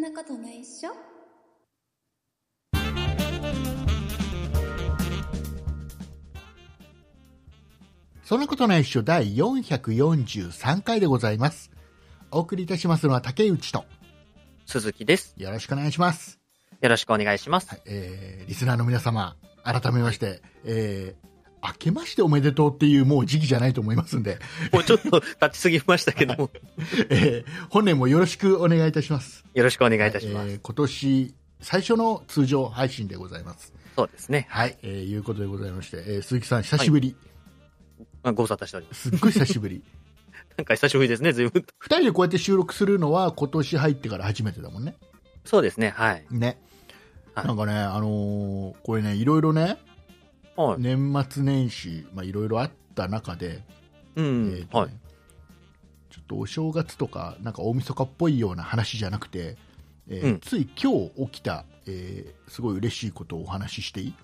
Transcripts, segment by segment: なことないっしょそんなことないっしょ第443回でございます。お送りいたしますのは竹内と、鈴木です。よろしくお願いします。よろしくお願いします。はい、えー、リスナーの皆様、改めまして、えー、明けましておめでとうっていうもう時期じゃないと思いますんで、もうちょっと経ちすぎましたけども、えー、本年もよろしくお願いいたします。よろしくお願いいたします。えー今年最初の通常配信でございます。そうですね。はい、えー、いうことでございまして、えー、鈴木さん久しぶり、まあ、ご無沙汰しております。すっごい久しぶり。なんか久しぶりですね、随分と。二人でこうやって収録するのは今年入ってから初めてだもんね。そうですね、はい。ね。はいなんかね、あのーこれね、いろいろね、はい。年末年始、まあ、いろいろあった中で、えうーん。とねはい。ちょっとお正月とか、なんか大晦日っぽいような話じゃなくて、えーうんつい今日起きた、えーすごい嬉しいことをお話ししていい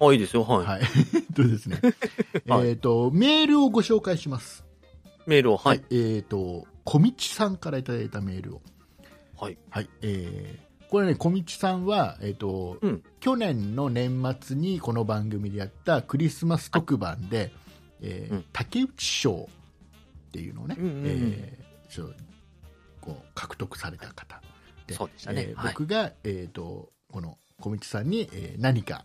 あ、いいですよ、はい。はい。 えっとですね。 はいえっと、メールをご紹介します。メールを、はい。。えっと、小道さんからいただいたメールを。はい。はい。えーこれね、小道さんは、えっ、と、うん去年の年末にこの番組でやったクリスマス特番で、えーうん竹内賞っていうのをね、うんうんうんえーちょこう獲得された方でそうでしたねえーはい僕が、えー、とこの小道さんに、えー何か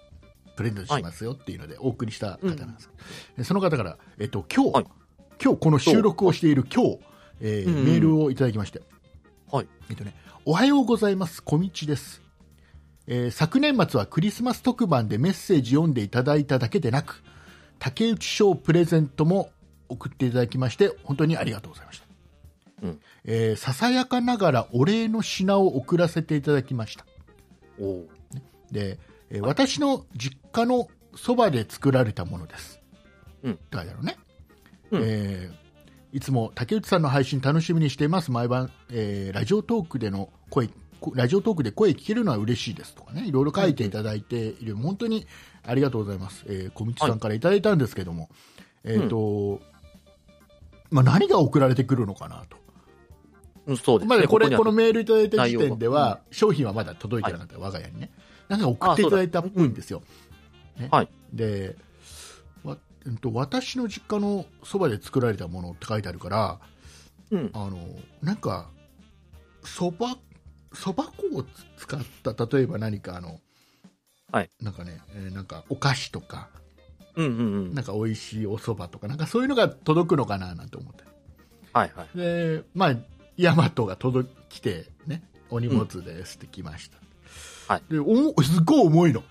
プレゼントしますよっていうのでお送りした方なんですけど、でその方から、えー、と今日、はい今日この収録をしている今日、えーうんうんメールをいただきまして、はいえっとね、おはようございます、小道です、えー昨年末はクリスマス特番でメッセージ読んでいただいただけでなく、竹内賞プレゼントも送っていただきまして、本当にありがとうございました。うんえーささやかながらお礼の品を送らせていただきました。おお。で、えー私の実家のそばで作られたものです。うんって書いてあるね。うんえーいつも竹内さんの配信楽しみにしています。毎晩、えーラジオトークでの声、こラジオトークで声聞けるのは嬉しいですとかね、いろいろ書いていただいている、本当にありがとうございます。えー小道さんからいただいたんですけども、えっ、と、まあ、何が送られてくるのかなと。うんそうですまだね。ねこれ、にあこのメールいただいた時点では、商品はまだ届いてなかった、我が家にね。なんか送っていただいたっぽいんですよ。ねはいで、わうんと私の実家のそばで作られたものって書いてあるから、うん。あの、なんか、そば、そば粉を使った、例えば何かあの、はいなんかね、えーなんかお菓子とか、うんうんうん。なんか美味しいお蕎麦とか、なんかそういうのが届くのかななんて思って。はいはい。で、まあ、ヤマトが届きて、ね、お荷物ですって来ました。はいでおすっごい重いの。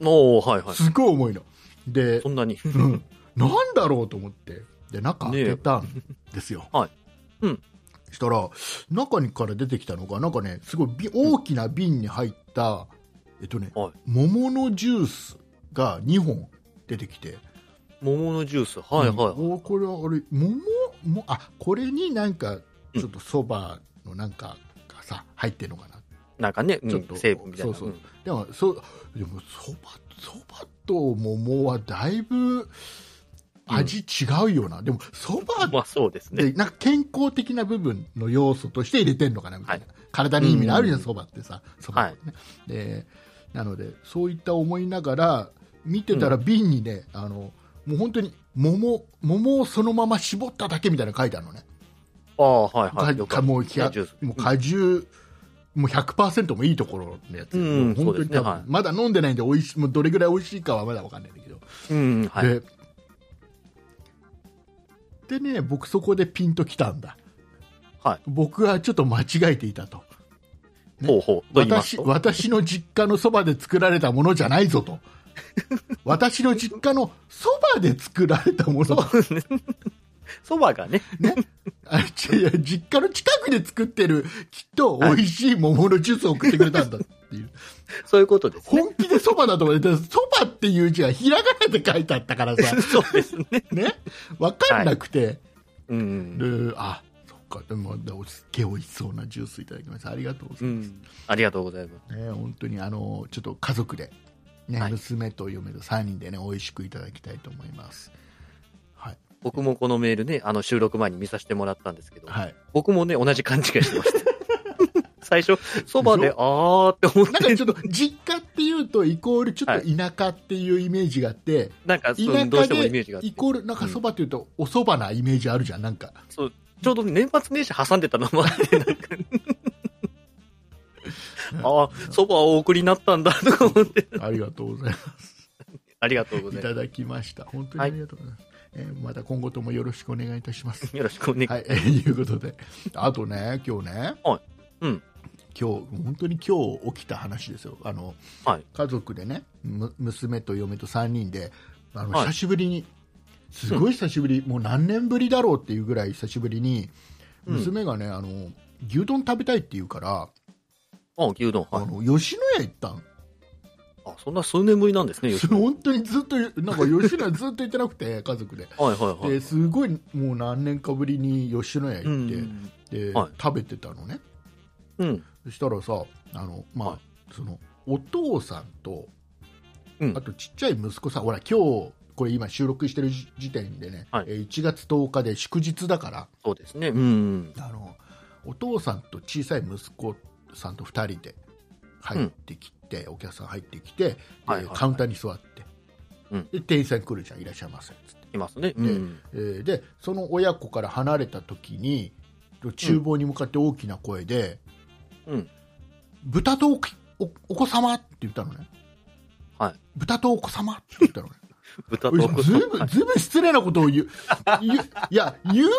おおはいはい。すっごい重いの。でそ、んなに。うん、なんだろうと思って、で、中開けたんですよ。 はいうん。したら、中にから出てきたのが、なんかね、すごいび大きな瓶に入った、えっとね、はい桃のジュースが2本出てきて、桃のジュース。はいはい。うんおこれはあれ桃もあこれになんかちょっとそばのなんかがさ入ってるのかななんかね、うんちょっと成分みたいな。そうそうんでもそうでもそばそばと桃はだいぶ味違うような、でもそばっまあそうですてね。なんか健康的な部分の要素として入れてんのかなみたいな、は体に意味のあるじゃんうんそばってさそばってね、でなのでそういった思いながら見てたら瓶にね、あのもう本当に桃桃をそのまま絞っただけみたいなの書いてあるのねああ、はいはかい。よかかったもうきやジュースもう果汁、もう100%もいいところのやつ、うんもう本当に多分そうですねはいまだ飲んでないんで美味しいもうどれぐらい美味しいかはまだわかんないんだけど、うん、うんはい。ででね僕そこでピンときたんだはい。僕はちょっと間違えていたとねほうほう。と言いま私すと。私の実家のそばで作られたものじゃないぞ と私の実家のそばで作られたものそばがね、ね。あ違う実家の近くで作ってる、きっと美味しい桃のジュースを送ってくれたんだって いう。そういうことですね。本気でそばだと思って、そばっていう字はひらがなで書いてあったから さ、そうですね。ね。わかんなくて、うん。であ、そっか、でも、でもすっげえ美味しそうなジュースいただきました。ありがとうござういます。ん。ありがとうございます。ね、本当に、あの、ちょっと家族で、ね、はい娘と嫁と3人でね、美味しくいただきたいと思います。はい。僕もこの メールね、あの収録前に見させてもらったんですけど、はい。 僕もね、同じ勘違いしてました。最初、そばで、あーって思なっんかて、ちょっと実家っていうとイコールちょっと田舎っていうイメージがあって、なんか、そうどう田舎してもイメージがあっでてイ。コールなんかそばっていうとおそばなイメージあるじゃんなんかそう、ちょうど年末年始挟んでたのもあっ て、なんかああ、そばをお送りになったんだとか思って、ありがとうございますありがとうごいざいまただきました本当にありがとうございます、えーまた今後ともよろしくお願いいたしますす。よろしくお願いはい、 えーいうことで、あとね、今日ね、はいうん今日本当に今日起きた話ですよ、あのはい家族でね、む娘と嫁と3人で、あのはい久しぶりに、すごい久しぶり、もう何年ぶりだろうっていうぐらい久しぶりに、うん娘がね、あの牛丼食べたいって言うから、あ、牛丼。はあい。の吉野家行ったんあ、そんな数年ぶりなんですね、吉 野本当にずっと、なんか吉野家ずっと行ってなくて、 家族で。はいはいはでい。すごいもう何年かぶりに吉野家う行って、ん。ではい食べてたのね、うん。そしたらさあの、まあはいそのお父さんと、うんあとちっちゃい息子さんほら今日これ今収録してる時時点でね、はいえー1月10日で祝日だからそうですね。うん。あのお父さんと小さい息子さんと2人で入ってきて、お客さん入ってきて、ではいはいはいカウンターに座って、うんで店員さん来るじゃんいらっしゃいませっつって、いますね。うん。えーでその親子から離れた時に厨房に向かって大きな声で、うん。豚とおきおお子様って言ったのね。はい。豚とお子様って言ったのね。 豚と俺奥ずさいんぶん、ずいぶん失礼なことを言う。言ういや、言うほど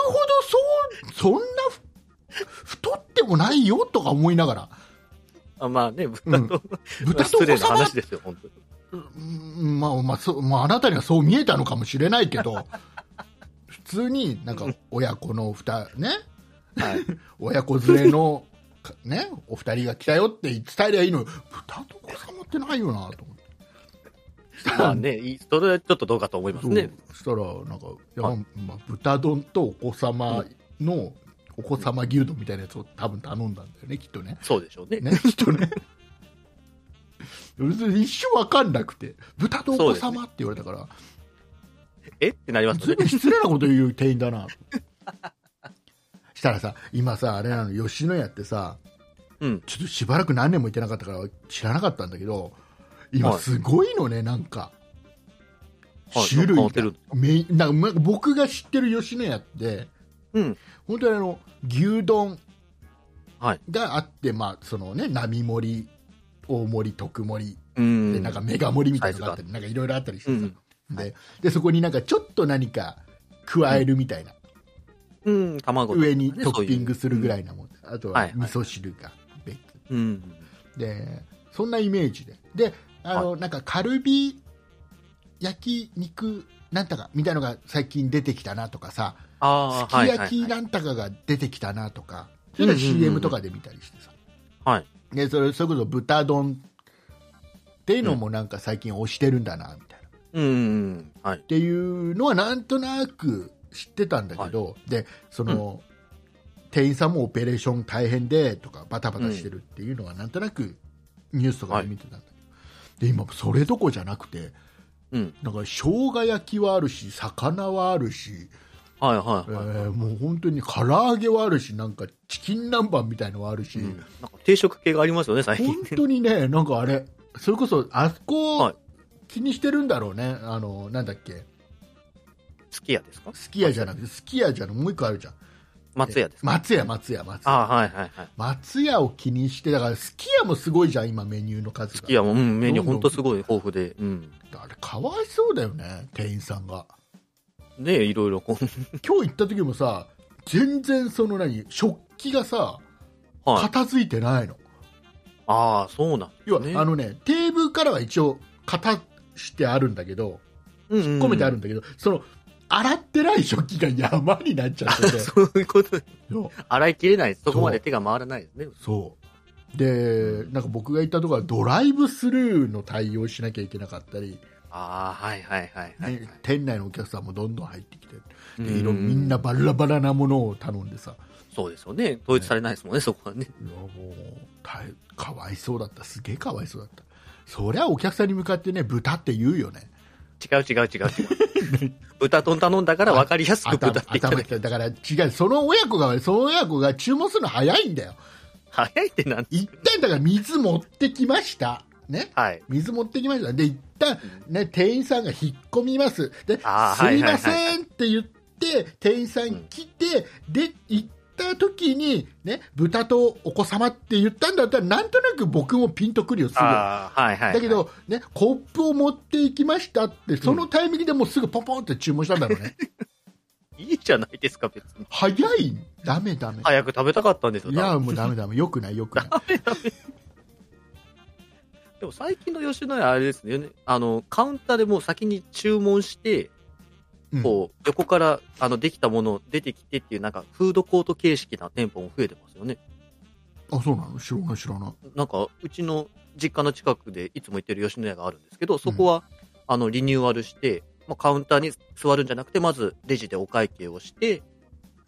そう、そんなふ太ってもないよとか思いながら、あまあね、豚と、豚とお子失礼な様話ですよ、本当に。うんまあ、まあ、そう、まあ、あなたにはそう見えたのかもしれないけど、普通になんか親子の二、ね、はい。親子連れの、かね、お二人が来たよって伝えりゃいいのに、豚とお子様ってないよなと思って。ま あね、いいそれはちょっとどうかと思いますね。そうそしたらなんか、いやはいまあ、豚丼とお子様のお子様牛丼みたいなやつを多分頼んだんだよねきっとねそうでしょうね。ねきっとね別に一生わかんなくて豚とお子様って言われたから、えってなりますずいねぶ。ん失礼なこと言う店員だなしたらさ今さあれなの吉野家ってさうん。ちょっとしばらく何年も行ってなかったから知らなかったんだけど今はいすごいのねなんか、はい種類変わがってるメインなんか僕が知ってる吉野家ってうん。本当にあの牛丼はいがあって、まあそのね、並盛り、大盛り、特盛り、うでん。なんかメガ盛りみたいなのがあったり、なんかいろいろあったりしてうさ、ん。ででそこになんかちょっと何か加えるみたいな、うん、卵とかね上にトッピングするぐらいいなもん、あとははいはい味噌汁が別う。うん。でそんなイメージで、であのなんかカルビ焼き肉なんとかみたいなのが最近出てきたなとかさ、あすあ、はきい。焼きはいなんたかが出てきたなとか、それから CM とかで見たりしてさ、はい。ね、それそれこそ豚丼っていうのもなんか最近推してるんだなみたいな、っうん。はい。ていうのはなんとなく知ってたんだけど、でその、店員さんもオペレーション大変でとかバタバタしてるっていうのはなんとなくニュースとかで見てたんだけど、で今それどこじゃなくてうん。なんか生姜焼きはあるし魚はあるしはいはえいはい。ーもう本当に唐揚げはあるしなんかチキン南蛮みたいのはあるし、うんなんか定食系がありますよね、最近本。当にね なんかあれそれこそあそはこい気にしてるんだろうねあのなんだっけ すき家ですかすき家じゃなくてすき家じゃなくてもう一個あるじゃん松屋ですか松屋松屋松屋ああ、はいはいはい。松屋を気にしてだからすき家もすごいじゃん今メニューの数すがき家も、うん、メニュー本当すごい豊富で。うん。あれかわいそうだよね店員さんがねいろいろこう。今日行った時もさ全然その何食器がさ はい。片付いてないの、ああ、そうなん。要は、ねあのねテーブルからは一応片してあるんだけどうんうん。込めてあるんだけど、その洗ってない食器が山になっちゃ っててそういうこと。そう洗い切れない。そこまで手が回らないですね。そうでなんか僕が行ったところはドライブスルーの対応しなきゃいけなかったり、ああ、はいはいはいはいはいね。店内のお客さんもどんどん入ってきてうでいろみんなバラバラなものを頼んでさ、そうですよね。統一されないですもんね、そこはね。いやもう大変かわいそうだったすげえかわいそうだったそりゃお客さんに向かってね豚って言うよね違う違う違う違う。豚丼頼んだから分かりやすく頭豚って言った頭だきただから違うその親子がその親子が注文するの早いんだよ早いってなん一旦だから水持ってきました。ね。はい。水持ってきました。で、一旦、ね、店員さんが引っ込みます。で、すいあーまはいはいせんって言って、店員さん来て、で、行った時に、ね、豚とお子様って言ったんだったら、なんとなく僕もピンとくるよ、すぐ。ああ、はいはい。だけ、ど、ね、コップを持っていきましたって、そのタイミングでもうすぐポンポンって注文したんだろ うね。いいじゃないですか、別に。早いダメダメ。早く食べたかったんですよ。いや、もうダメダメ。よくない、よ くない。でも最近の吉野家、あれですね。あの、カウンターでもう先に注文して、うんこう、横から、あの、できたもの出てきてっていう、なんか、フードコート形式な店舗も増えてますよね。あ、そうなの知らない、知らない。なんか、うちの実家の近くでいつも行ってる吉野家があるんですけど、そこは、あの、リニューアルして、まあ、カウンターに座るんじゃなくて、まずレジでお会計をして、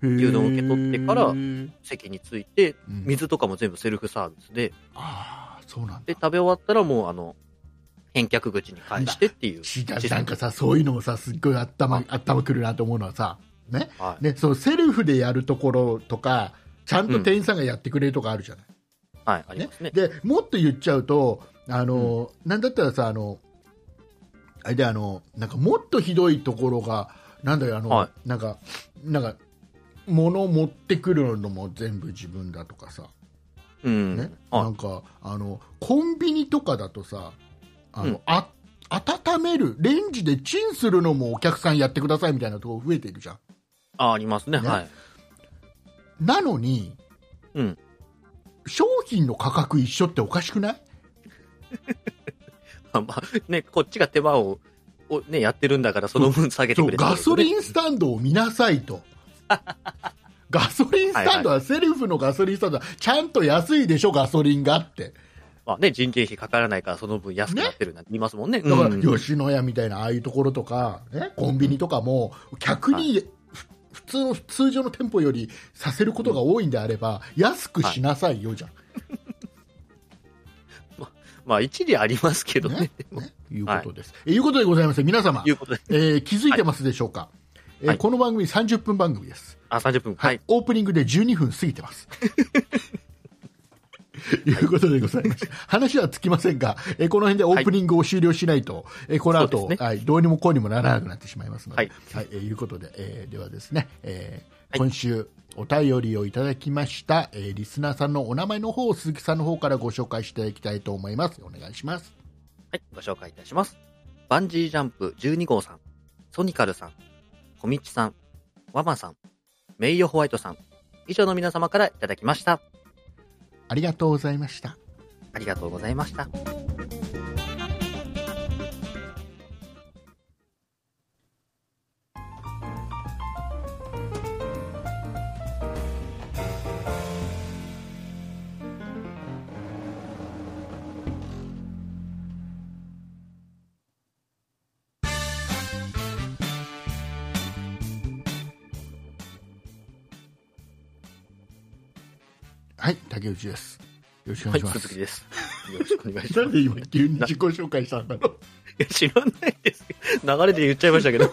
牛牛丼を受け取ってからうん、席に着いて、水とかも全部セルフサービスで、ああ、そうなんだ。で、食べ終わったらもう、あの、返却口に返してっていう。違う、なんかさ、そういうのもさ、すっごい頭、頭くるなと思うのはさ、ね、はい。ね、そのセルフでやるところとか、ちゃんと店員さんがやってくれるとかあるじゃない。はい、ありますね。で、もっと言っちゃうと、あの、なんだったらさ、あの、あれで、あの、なんかもっとひどいところが、なんだよ、あの、はなんか、なんか、物を持ってくるのも全部自分だとかさ、うん。ねなはんかあのコンビニとかだとさあの、うんあ温めるレンジでチンするのもお客さんやってくださいみたいなところ増えているじゃんい。あ、ありますね。ねはい。 なのに、うん商品の価格一緒っておかしくないまあ、ね、こっちが手間を、をね、やってるんだから、その分下げてそうくれてるんガですソよね、リンスタンドを見なさい とガソリンスタンドはセルフのガソリンスタンドはちゃんと安いでしょガソリンがってまあね、人件費かからないから、その分安くなってるなんて言いますもんね。だからうん吉野家みたいなああいうところとか、ね、コンビニとかも客に、ふ普通の通常の店舗よりさせることが多いんであれば安くしなさいよじゃん、まあ、一理ありますけどね。 ねねいうことです、えいうことでございまして皆様とい、うことで。えー気づいてますでしょうか、えーはいこの番組30分番組です、あ、30分。はい。オープニングで12分過ぎて ます。いうことでございました。話はつきませんが、えーこの辺でオープニングを終了しないと、えーこの後、そうですはい、どうにもこうにもならなくなってしまいますので、ははいい、えーいうことで、えーではですね、えーはい今週お便りをいただきました、えーリスナーさんのお名前の方を鈴木さんの方からご紹介していきたいと思います。お願いします。はい、ご紹介いたします。バンジージャンプ12号さん、ソニカルさん、コミッチさん、ワマさん、メイヨホワイトさん、以上の皆様からいただきました。ありがとうございました。ありがとうございました。はい、竹内です。よろしくおは願いい、します。鈴木です。よろしくお願いしなまんす。で今急に自己紹介したんだろう。いや知らないです。流れで言っちゃいましたけ ど。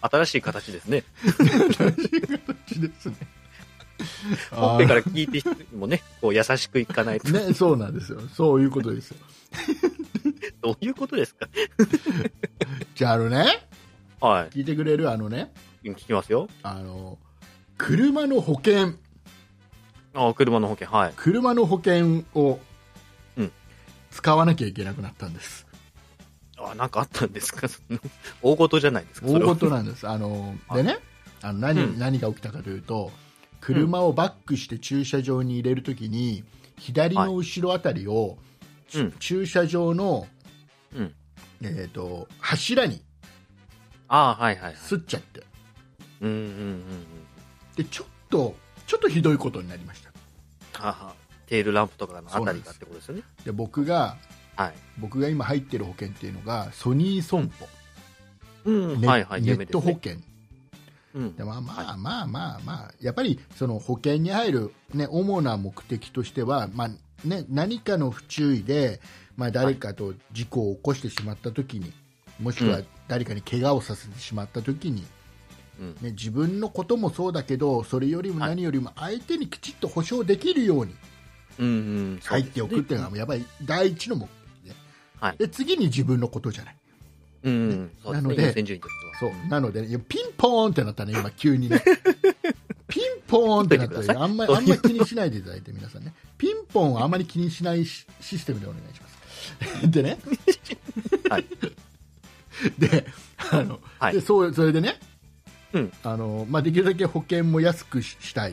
新しい形ですね。形ですね。本編から聞いてもね、こう優しくいかないと。ね、そうなんですよ。そういうことですよ。どういうことですかじゃあ、あのね、は聞いてくれるあのね、い。聞きますよ。あの、車の保険、あ車の保険、はい。車の保険をうん使わなきゃいけなくなったんです。あ、なんかあったんですか その大事じゃないですかそ大れは事なんです。あの、はいでね、あの何、うん何が起きたかというと、車をバックして駐車場に入れるときに、左の後ろあたりを、うん駐車場の、うんえっ、と、柱にああ、はいはいはい。すっちゃって、うんうんうんうん。でちょっとちょっとひどいことになりましたははテールランプとかのあたりがってことですよね。で僕がはい。僕が今入ってる保険っていうのがソニー損保、うん、ネはいはい、ネ有名ッでトす保ね。険うんで、まあまあまあまあ、まあ、やっぱりその保険に入る、ね、主な目的としては、まあね、何かの不注意で、まあ、誰かと事故を起こしてしまった時にもしくはう誰かに怪我をさせてしまった時に、うんね、自分のこともそうだけどそれよりもはい何よりも相手にきちっと保証できるようにうんうんそ入うっですてねおくっていうのはやばい第一の目的ではいで次に自分のことじゃないうんうんそうなですねので優先順位としてはそうなのでね、いやピンポーンってなったね今急 にねピンポーンってなった見といてくだねあんまりあんまり気にしないでいただいて皆さんねピンポーンはあまり気にしないシシステムでお願いし ますでねはい であの、はいでそうそれでね、うんあのまあ、できるだけ保険も安くししたい、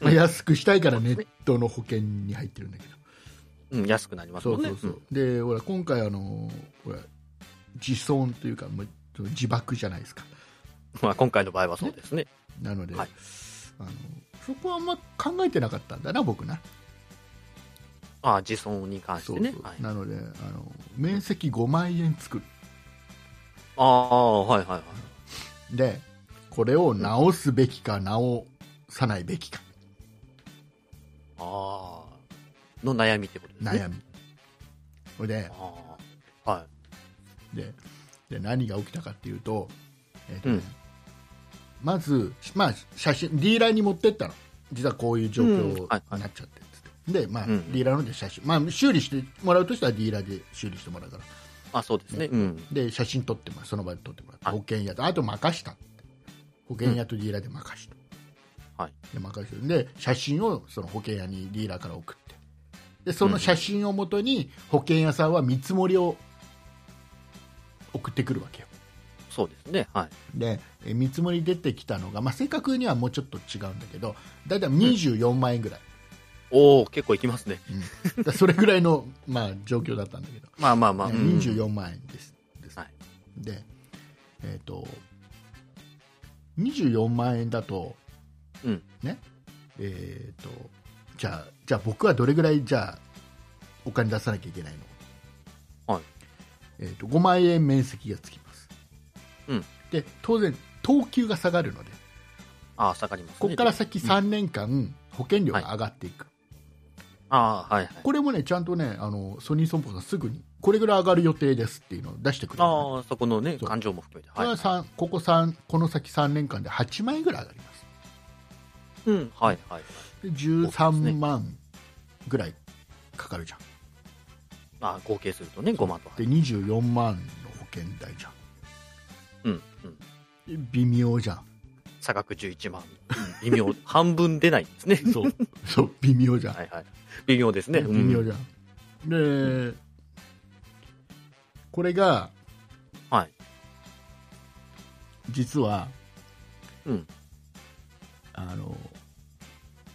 まあ、うん安くしたいからネットの保険に入ってるんだけど、うん安くなりますそもんうねそうそう、でほら今回あのほら自損というかもうその自爆じゃないですかうんまあ今回の場合はそうですねなので、はいあのそこはあんま考えてなかったんだな僕なああ自損に関しそてうねそうはいなのであの面積5万円作るああはいはいはいでこれを直すべきか直さないべきかああの悩みってことですね悩みそれで、ああはいでで何が起きたかっていうと,、えーとねうんまず、まあ、写真ディーラーに持ってったの実はこういう状況うんにはいはいなっちゃってっつって、で、まあうんうんディーラーので写真、まあ、修理してもらうとしたらディーラーで修理してもらうからあそうですねうんで写真撮ってもらうその場で撮ってもらって、はい保険屋とあと任したって保険屋とディーラーで任した、はいで任せてで写真をその保険屋にディーラーから送ってでその写真をもとに保険屋さんは見積もりを送ってくるわけよそうですねはいでえー見積もり出てきたのが、まあ、正確にはもうちょっと違うんだけど大体24万円ぐらい、おお結構いきますねうんだからそれぐらいの、まあ、状況だったんだけど、まあまあまあねうん24万円ですです、はいで、えー、と24万円だと、うんねえー、とじゃあじゃあ僕はどれぐらいじゃあお金出さなきゃいけないの、はいえー、と5万円面積がつきます、うんで当然等級が下がるのでああ下がりますねここから先うん3年間保険料が上がっていく、ああはいはいこれもねちゃんとねあのソニー損保さんすぐにこれぐらい上がる予定ですっていうのを出してくれるのねああそこのねそう感情も含めてこれは三ここ三この先3年間で8万円ぐらい上がりますうんはいはいはいで13万ぐらいかかるじゃんまあ合計するとね5万とで24万の保険代じゃうんうんん微妙じゃん差額11万微妙半分出ないですねそう そう微妙じゃん、はいはい微妙ですね微妙うんじゃん、でこれがはい実はうんあの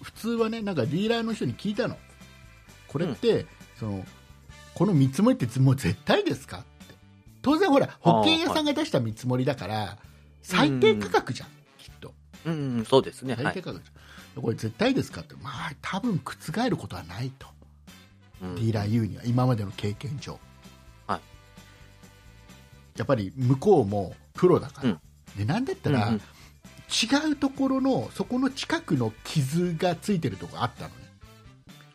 普通はねなんかディーラーの人に聞いたのこれって、そのこの見積もりってもう絶対ですかって当然ほらあー保険屋さんが出した見積もりだから、最低価格じゃん、きっとうんうんそうですね最は低い価格じゃんこれ絶対ですかってまあ多分覆ることはないと、うんディーラー言うには今までの経験上、はいやっぱり向こうもプロだから、うんでなんだったら、うんうん違うところのそこの近くの傷がついてるとこあったのね、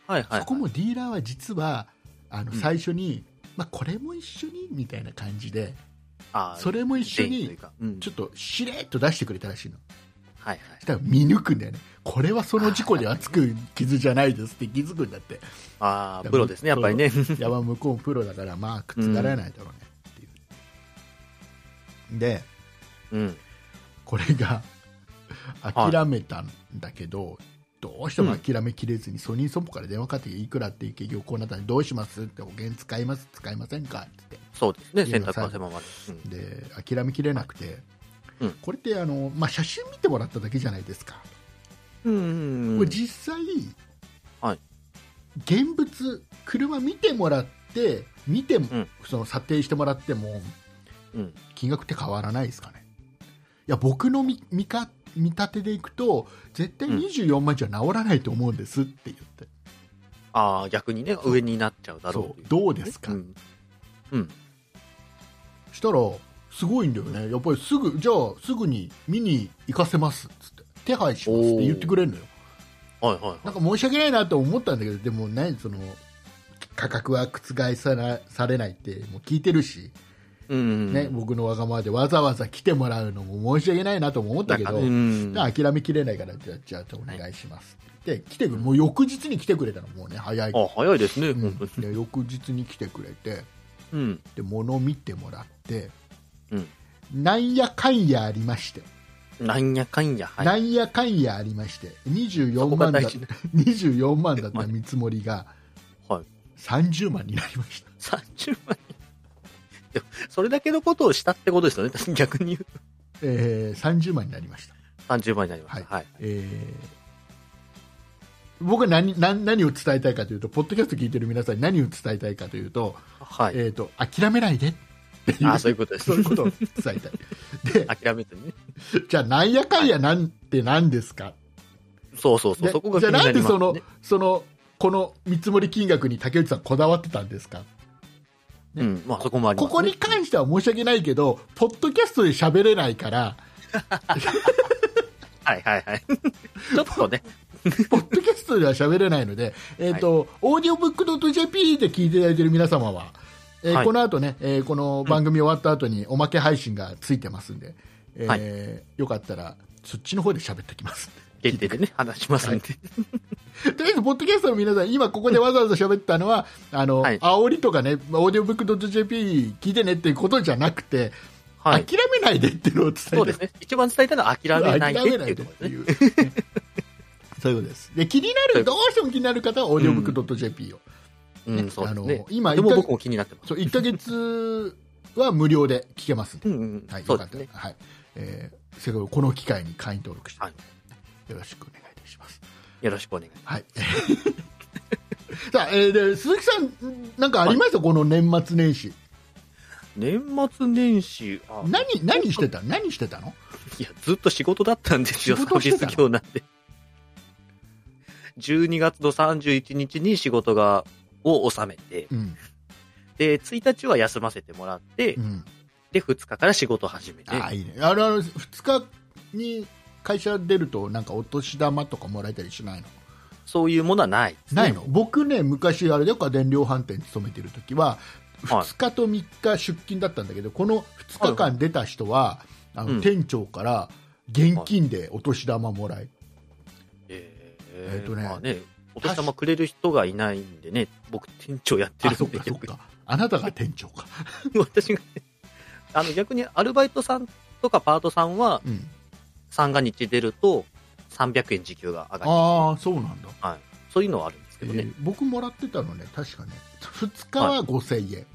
はいはいはいそこもディーラーは実はあのうん最初に、まあ、これも一緒にみたいな感じでああそれも一緒善意といにうかうんちょっとしれっと出してくれたらしいのはいはいそしたら見抜くんだよねこれはその事故ではつく傷じゃないですって気づくんだって ああプロですねやっぱりねやば向こうもプロだからまあ覆らないだろうねっていう、でうんこれが諦めたんだけど、どうしても諦めきれずにソニー損保から電話かかってきていくらっていう結局こうなったんでどうしますって保険使います使いませんかってそうですねいや選択は狭まるうん言ってで諦めきれなくて、うんこれってあの、まあ、写真見てもらっただけじゃないですか、うんうんこうれん実際、はい現物車見てもらって見ても、うんその査定してもらってもうん金額って変わらないですかねいや僕の見見か見立てでいくと絶対うん24万じゃ治らないと思うんですって言って、ああ逆にね上になっちゃうだろうといそうどうですかんうんしたらすごいんだよねやっぱりすぐじゃあすぐに見に行かせますっつって手配しますって言ってくれるのよはいはいなんかは申し訳ないなと思ったんだけどでもねその価格は覆さなされないってもう聞いてるしうんうんね、僕のわがままでわざわざ来てもらうのも申し訳ないなとも思ったけど、なんかうんじゃあ諦めきれないからじゃあじゃあお願いしますって、で来てくれもう翌日に来てくれたのもうね早い、あ早いですね、うん本当に。で翌日に来てくれてうん。で物見てもらって、うんなんやかんやありまして、なんやかんや、はい。なんやかんやありましてそ24こが万だ大っ事ね。 24万だった見積もりがはい。 30万になりました30万円。でもそれだけのことをしたってことですよね。 逆に言うと。えー、30万になりました、 30万円になりまはしいた。はい。えー僕は何何何を伝えたいかというと、ポッドキャスト聞いてる皆さんに何を伝えたいかというと、はい。えー、と諦めないでっていうああ、そういうことです。そういうことを伝えたい、諦めてね。じゃあ、なんやかんやなんて何ですか、そうそうそう。でそこが気じゃにあななんでりますそのね。そのこの見積もり金額に竹内さん、こだわってたんですか、ねうん。まあ、そこもありまこすね。こに関しては申し訳ないけど、ポッドキャストで喋れない から、はいはいはい。 ちょっとね。ポッドキャストでは喋れないので、えっ、と、オーディオブックドット JP で聞いていただいている皆様は、えーはいこの後ね、えーこの番組終わった後におまけ配信がついてますんで、えーはよかったら、そっちの方で喋ってきます。限定でね、話しますんで。 とりあえず、ポッドキャストの皆さん、今ここでわざわざ喋ったのは、あの、はい煽りとかね、オーディオブックドット JP 聞いてねっていうことじゃなくて、はい。諦めないでっていうのを伝えてそうですね。一番伝えたのは諦めないでっていうところですね。う。 そういうことです。で、気になる、どうしても気になる方は、オーディオブックドット JP を。うん、そうですあのね。今でも一回僕も気になってます。そう、1ヶ月は無料で聞けますんでう。んうんはい、。そようかでっすたら、はね。い。えー、せっかくこの機会に会員登録して、はいよろしくお願いいたします。よろしくお願い。はい。 さあ、えー、で、鈴木さん、なんかありました、この年末年始。年末年始、あ何、何してた何してたのいや、ずっと仕事だったんですよ、仕サ事をーしてビたのス業なんて。12月の31日に仕事が、を収めて、うん。で、1日は休ませてもらって、うん。で、2日から仕事を始めて、ああ、いいね。あれ、あの、2日に会社出ると、なんかお年玉とかもらえたりしないのそういうものはないですねないの、僕ね、昔、あれで家電量販店に勤めてる時は、はい2日と3日出勤だったんだけど、この2日間出た人は、あのうん店長から現金でお年玉もらえ、ええーとねまあね、お年玉くれる人がいないんでね、僕、店長やってあるそんっで、かそっ逆にか、あなたが店長か、 私がね、あの、逆にアルバイトさんとかパートさんは、うん、三が日出ると、300円時給が上がる。ああ、そうなんだ、そういうのはあるんですえけどね。ー僕もらってたのね、確かね、2日は5000円、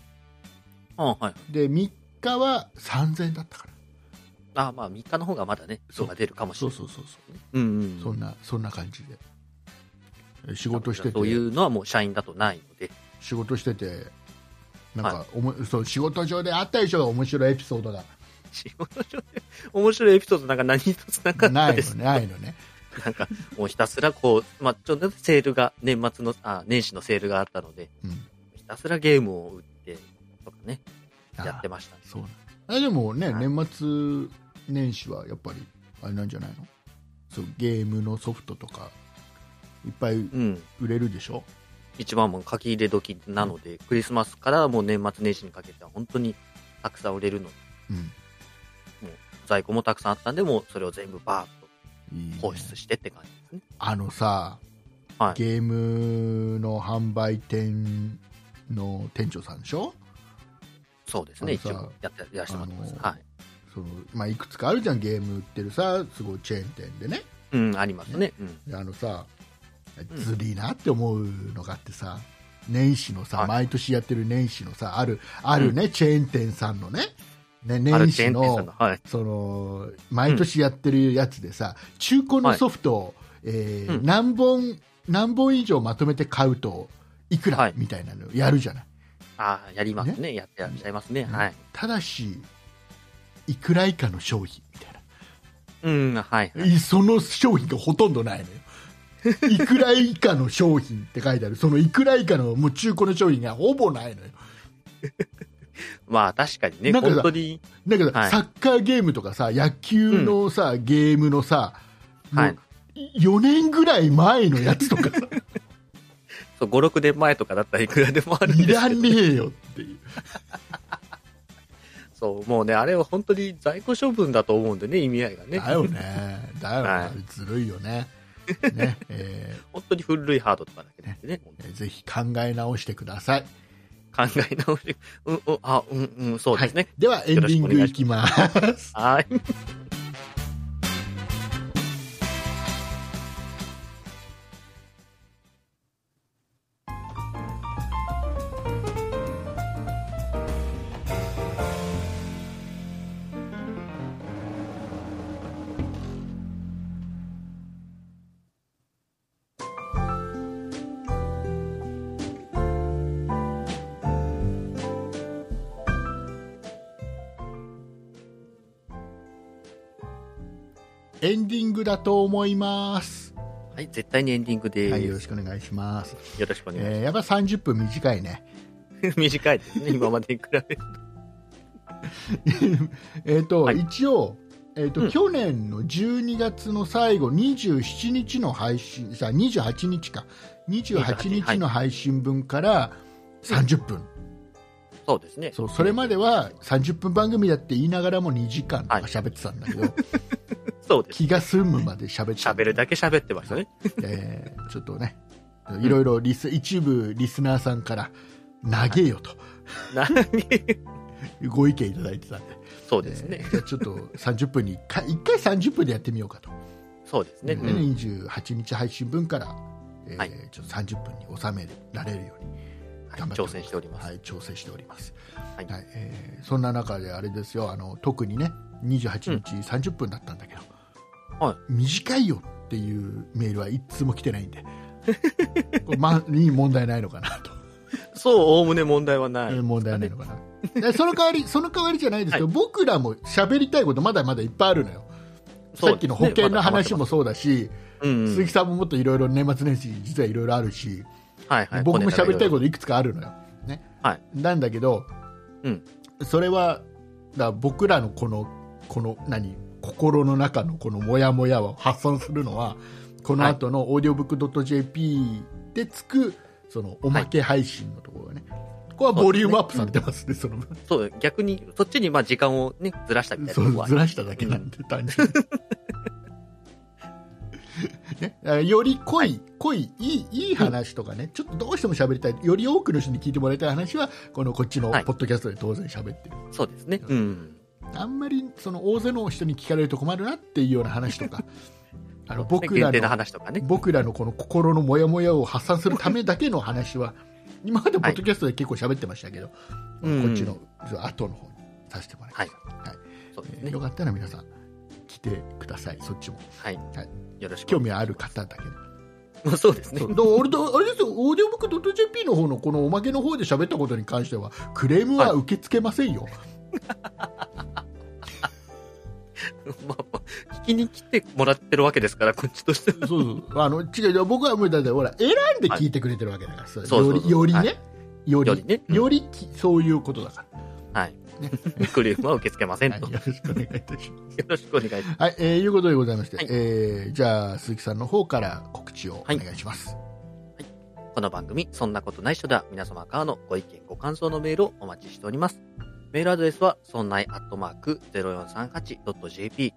うん、はい。で3日は3000円だったから、あまあ、3日の方がまだね、そうそうが出るかもしれそうない。。そうそうそうん、うん。う、そんなそんな感じで、え仕事してて。そういうのはもう社員だとないので。仕事しててなんかおも、そう仕事上であったでしょ面白いエピソードが仕事上で面白いエピソードなんか何一つなかったないでの す。ねないのね なんか、もうひたすらこう、まあ、ちょっとセールが、年末の、あ、年始のセールがあったので、うんひたすらゲームを打って、とかね、あやってましたね。そうなんあでもね、はい年末年始はやっぱりあれなんじゃないのそうゲームのソフトとかいっぱいうん。売れるでしょ、一番もう書き入れ時なので、クリスマスからもう年末年始にかけては本当にたくさん売れるので、うん在庫もたくさんあったんで、もうそれを全部バーッいいねと放出してって感じですね。あのさ、はいゲームの販売店の店長さんでしょそうですね、あ一のさ応やってやらせてもらってます。あのはい。その、まあ、いくつかあるじゃんゲーム売ってるさすごいチェーン店でねうん、ありますね。うん。であのさんずりーなって思うのがあってさ年始のさ、はい毎年やってる年始のさあるあるね、チェーン店さんのねね年始あるチェーン店さんのがはい。その毎年やってるやつでさ、中古のソフトを、えーうん何本何本以上まとめて買うといくら、はいみたいなのやるじゃないああ、やりますねやってらっしゃいますね。はい。ただしいくら以下の商品みたいなうん、はい。いその商品がほとんど ないのよ。いくら以下の商品って書いてある、そのいくら以下のもう中古の商品がほぼないのよ。まあ確かにね、なんかさ本当に、だけど、はいサッカーゲームとかさ、野球のさ、ゲームのさ、もはうい。 4年ぐらい前のやつとかさ、そう、5、6年前とかだったらいくらでもあるんいですらけど、ねえよっていう。そう、もうね、あれは本当に在庫処分だと思うんでね、意味合いがね。だよね、だよね、はずるいよね。ね、え本当に古いハードとかだけでね、ーぜひ考え直してください。考え直し、うん、うん、あ、うん、うん、そうですね。ではエンディングいきます。はい。エンディングだと思います。はい、絶対にエンディングではい、よろす。しくお願いします。よろしくお願いします。えーやっぱ30分短いね。短いですね、今までに比べて。えっと、はい一応、えっとうん去年の12月の最後27日の配信さ28日か28日の配信分から30分、そうですね。そうそれまでは30分番組だって言いながらも2時間とかはい喋ってたんだけど、 そうです。気が済むまで喋ってた喋るだけ喋ってましたね。えーちょっとねいろいろリス一部リスナーさんから長えよと何ご意見いただいてたんでそうですねえ。ーじゃあちょっと30分に1回一回30分でやってみようかと、そうですね。ねうん28日配信分から、えーはいちょっと30分に収められるようにはい頑張って挑戦しておりますはい、調整しております、はいはいえーそんな中であれですよあの特にね28日30分だったんだけど、はい短いよっていうメールはいつも来てないん でこれまあいい問題ないのかなとそう、おおむね問題はない。えー問題ないのかな。でその代わり、その代わりじゃないですけど、僕らも喋りたいことまだまだいっぱいあるのよ。そうですねさっきの保険の話もそうだし、うんうん鈴木さんももっといろいろ年末年始実はいろいろあるし、はいはい。僕も喋りたいここといくつかあるのよ。ね。はいなんだけど、うんそれは、だから僕らのこの、この何、心の中のこのモヤモヤを発散するのは、この後のオーディオブックドット JP でつく、そのおまけ配信のところがね、ここはボリュームアップされてますね、その分。とそう、逆に、そっちにまあ時間をね、ずらしたみたいなそとこうはずらしただけなんで、単純 に。ね、あより濃い、濃い、いい、いい話とかね、ちょっとどうしても喋りたい、より多くの人に聞いてもらいたい話は、このこっちのはいポッドキャストで当然喋ってる。そうですね。うん。あんまり、その大勢の人に聞かれると困るなっていうような話と か、あの、僕ら限定のの、話とかね。僕らのこの心のモヤモヤを発散するためだけの話は、今までポッドキャストで結構喋ってましたけど、うんこっちの後の方にさせてもらいました。はいそうですえーねよ。かったら皆さん来てくださいそっちもはいはい。よろしく。興味ある方だける。 そうですでそ。ねうだから俺とあれですよオーディオブックドット JP の方のこのおまけの方で喋ったことに関してはクレームはは受け付けませんよ、 まあまあ、聞きに来てもらってるわけですから、こっちとしては。そうそう あの違う違う僕はもうだってほら選んで聞いてくれてるわけだから、それそうそうそうよりよりね、はよりよりねうんよりきそういうことだから、はい。 クレームは受け付けませんはいと。よよろしくお願いいたしますろしくお願いします。はい、えー、いうことでございまして、はいえーじゃあ鈴木さんの方から告知をお願いします、この番組、そんなことないっしょでは、皆様からのご意見、ご感想のメールをお待ちしております。メールアドレスは、そんないアットマーク 0438.jp、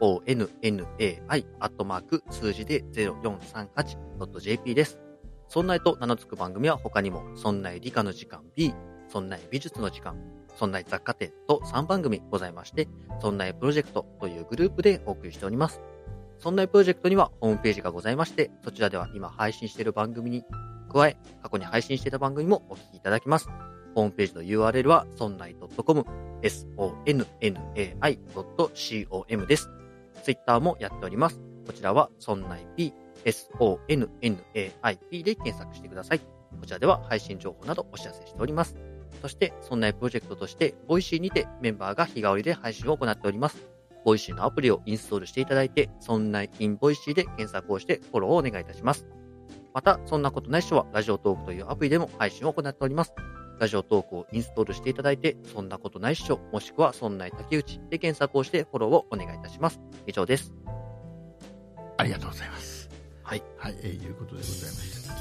sonnai アットマーク数字で 0438.jp です。そんないと名の付く番組は他にも、そんない理科の時間 B、そんない美術の時間、そんない雑貨店と3番組ございまして、そんないプロジェクトというグループでお送りしております。そんないプロジェクトにはホームページがございまして、そちらでは今配信している番組に加え、過去に配信していた番組もお聞きいただきます。ホームページの URL は、そんない .com、sonnai.com です。ツイッターもやっております。こちらは、そんない p、sonnaip で検索してください。こちらでは配信情報などお知らせしております。そして、そんないプロジェクトとして、ボイシーにてメンバーが日替わりで配信を行っております。ボイシーのアプリをインストールしていただいて、そんない in ボイシーで検索をしてフォローをお願いいたします。また、そんなことないっしょは、ラジオトークというアプリでも配信を行っております。ラジオトークをインストールしていただいて、そんなことないっしょ、もしくは、そんない竹内で検索をしてフォローをお願いいたします。以上です。ありがとうございますはい、はいえーいうことでございました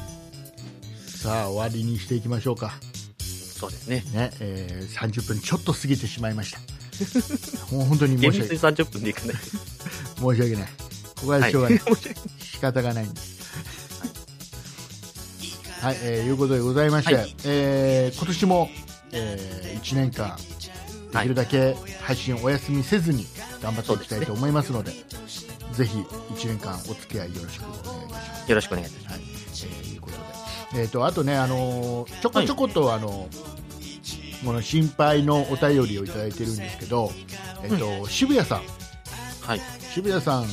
さあ終わりにしていきましょうかそうですね。ねえー30分ちょっと過ぎてしまいました もう本当に申厳し密訳に30分でいかない。申し訳ないここはしょうがはないい、。仕方がないんですはい、えーいうことでございまして、はいえー今年も、え1年間できるだけ配信をお休みせずに頑張っていきたいと思いますのでぜひ1年間お付き合いよろしくお願いいたします。 よろしくお願いいたしはいえーいうことで、えー、とあとね、あのーちょこちょこと、あのこの心配のお便りをいただいてるんですけど、えーと渋谷さんます。はい。渋谷さん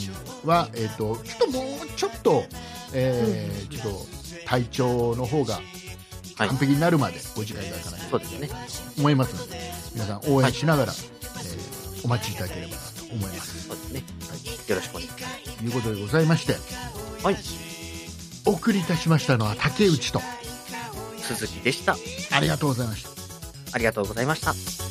は、えー、とちょっともうちょっと,、えーちょっと体調の方がはい完。璧になるまでご時間いただかないそとうですね。思いますので皆さん応援しながら、えーお待ちいただければなと思います。そうですね。よろしくお願いしまということでございましてす。はい。お送りいたしましたのは竹内と鈴木でした。ありがとうございました。ありがとうございました。